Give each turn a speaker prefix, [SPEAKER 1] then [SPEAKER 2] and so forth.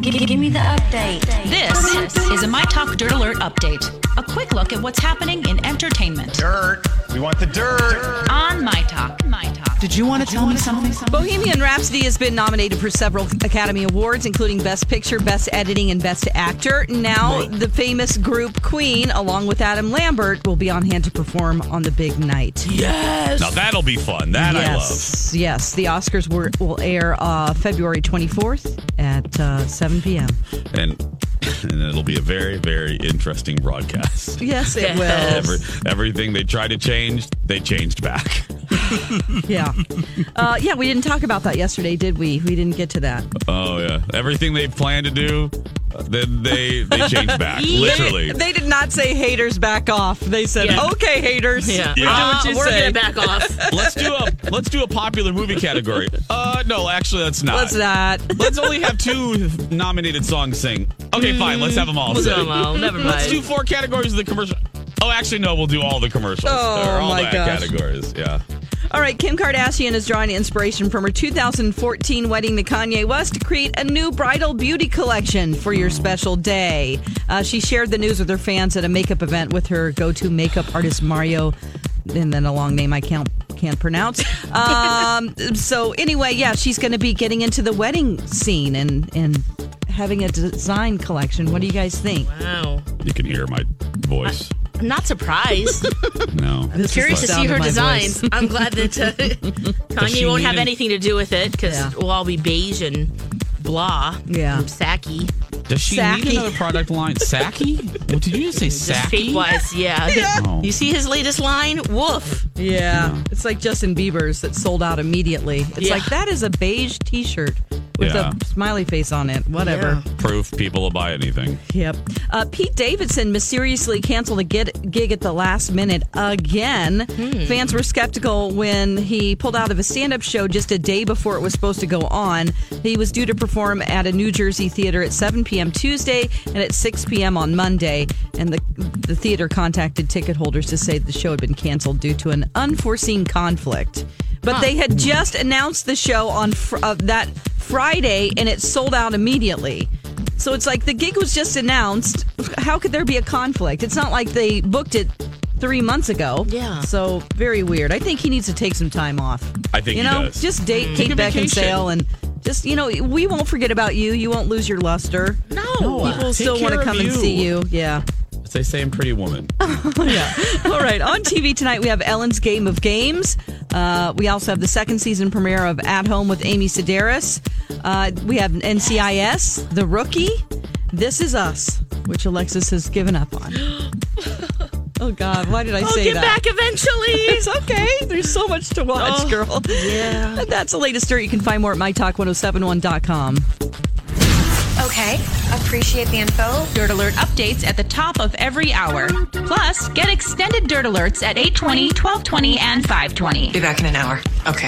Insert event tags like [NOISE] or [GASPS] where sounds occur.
[SPEAKER 1] Give, give me the update.
[SPEAKER 2] This is a My Talk Dirt Alert update. A quick look at what's happening in entertainment
[SPEAKER 3] dirt. We want the dirt.
[SPEAKER 2] on My Talk. My Talk.
[SPEAKER 4] Did you want to tell me something?
[SPEAKER 5] Bohemian Rhapsody has been nominated for several Academy Awards, including Best Picture, Best Editing, and Best Actor. Now, the famous group Queen, along with Adam Lambert, will be on hand to perform on the big night.
[SPEAKER 3] Now that'll be fun. That
[SPEAKER 5] yes, yes. The Oscars were, will air uh, February 24th at uh, 7 p.m.
[SPEAKER 3] I love. And [LAUGHS] and it'll be a very very interesting broadcast.
[SPEAKER 5] Yes, [LAUGHS] it will.
[SPEAKER 3] Every, everything they tried to change, they changed back. [LAUGHS]
[SPEAKER 5] Yeah, uh, yeah. We didn't talk about that yesterday, did we? We didn't get to that.
[SPEAKER 3] Oh yeah, everything they planned to do, then they they changed
[SPEAKER 5] [LAUGHS]
[SPEAKER 3] back. Literally.
[SPEAKER 5] They did not say haters back off. They said,
[SPEAKER 6] Yeah.
[SPEAKER 5] "Okay, haters."
[SPEAKER 6] Yeah.
[SPEAKER 3] Yeah.
[SPEAKER 6] Uh,
[SPEAKER 5] Do what you
[SPEAKER 6] we're
[SPEAKER 5] say.
[SPEAKER 6] gonna back off.
[SPEAKER 3] Let's do a let's do a popular movie category. Uh no, actually let's not.
[SPEAKER 5] What's that?
[SPEAKER 3] Let's only have two nominated songs sing. Okay, fine. Let's have them all sing.
[SPEAKER 6] No, Mo, never mind.
[SPEAKER 3] Let's do four categories of the commercial. Oh, actually, no. We'll do all the commercials.
[SPEAKER 5] Oh,
[SPEAKER 3] or all
[SPEAKER 5] my
[SPEAKER 3] the
[SPEAKER 5] gosh.
[SPEAKER 3] categories. Yeah.
[SPEAKER 5] All right, Kim Kardashian is drawing inspiration from her 2014 wedding to Kanye West to create a new bridal beauty collection for your special day. Uh, she shared the news with her fans at a makeup event with her go to makeup artist Mario, and then a long name I can't. Can't pronounce. Um, so anyway, yeah, she's going to be getting into the wedding scene and and having a design collection. What do you guys think?
[SPEAKER 6] wow.
[SPEAKER 3] You can hear my voice.
[SPEAKER 6] I'm [LAUGHS] not
[SPEAKER 5] [LAUGHS]
[SPEAKER 6] surprised.
[SPEAKER 3] no.
[SPEAKER 5] This is
[SPEAKER 6] Curious
[SPEAKER 5] the
[SPEAKER 6] to see
[SPEAKER 5] sound of
[SPEAKER 6] her
[SPEAKER 5] my
[SPEAKER 6] designs.
[SPEAKER 5] voice.
[SPEAKER 6] I'm glad that
[SPEAKER 5] [LAUGHS]
[SPEAKER 6] uh,
[SPEAKER 3] she
[SPEAKER 6] Kanye won't
[SPEAKER 3] need
[SPEAKER 6] have
[SPEAKER 3] an-
[SPEAKER 6] anything to do with it because
[SPEAKER 5] Yeah.
[SPEAKER 6] we'll all be beige and blah.
[SPEAKER 5] Yeah.
[SPEAKER 6] and Sacky.
[SPEAKER 3] Does she
[SPEAKER 5] Saki.
[SPEAKER 3] need another product line? Saki? What did you just say?
[SPEAKER 6] Just
[SPEAKER 3] Saki?
[SPEAKER 6] fake wise.
[SPEAKER 5] [LAUGHS]
[SPEAKER 6] Yeah.
[SPEAKER 3] Oh.
[SPEAKER 6] You see his latest line? Woof.
[SPEAKER 5] Yeah. It's like Justin Bieber's that sold out immediately. It's
[SPEAKER 6] Yeah.
[SPEAKER 5] like that is a beige t shirt with
[SPEAKER 3] Yeah.
[SPEAKER 5] a smiley face on it. Whatever.
[SPEAKER 3] Proof people will buy anything.
[SPEAKER 5] Yep. Uh, Pete Davidson mysteriously canceled a gig, gig at the last minute again. Fans were skeptical when he pulled out of a stand up show just a day before it was supposed to go on. He was due to perform at a New Jersey theater at 7 p.m. Tuesday and at 6 p.m. on Monday. And the, the theater contacted ticket holders to say the show had been canceled due to an unforeseen conflict. But they had just announced the show on fr- uh, that Friday and it sold out immediately. So it's like the gig was just announced. How could there be a conflict? It's not like they booked it three months ago.
[SPEAKER 6] Yeah.
[SPEAKER 5] So very weird. I think he needs to take some time off.
[SPEAKER 3] I think
[SPEAKER 5] you
[SPEAKER 3] he
[SPEAKER 5] know,
[SPEAKER 3] does. Mm-hmm.
[SPEAKER 5] just date Kate Beckinsale and just you know we won't forget about you. You won't lose your luster.
[SPEAKER 6] No.
[SPEAKER 5] People still
[SPEAKER 3] care
[SPEAKER 5] want to
[SPEAKER 3] of
[SPEAKER 5] come and
[SPEAKER 3] you.
[SPEAKER 5] see you. Yeah.
[SPEAKER 3] As they say in Pretty Woman.
[SPEAKER 5] All right. On TV tonight, we have Ellen's Game of Games. Uh, we also have the second season premiere of At Home with Amy Sedaris. Uh, we have NCIS, The Rookie, This Is Us, which Alexis has given up on. [GASPS] oh, God. Why did I
[SPEAKER 6] I'll
[SPEAKER 5] say
[SPEAKER 6] get
[SPEAKER 5] that?
[SPEAKER 6] back eventually.
[SPEAKER 5] It's okay. There's so much to watch,
[SPEAKER 6] Oh,
[SPEAKER 5] girl. Yeah. [LAUGHS] That's the latest dirt. You can find more at mytalk1071.com.
[SPEAKER 1] Okay, appreciate the info.
[SPEAKER 2] Dirt Alert updates at the top of every hour. Plus, get extended Dirt Alerts at 820, 1220, and 520.
[SPEAKER 7] Be back in an hour. Okay.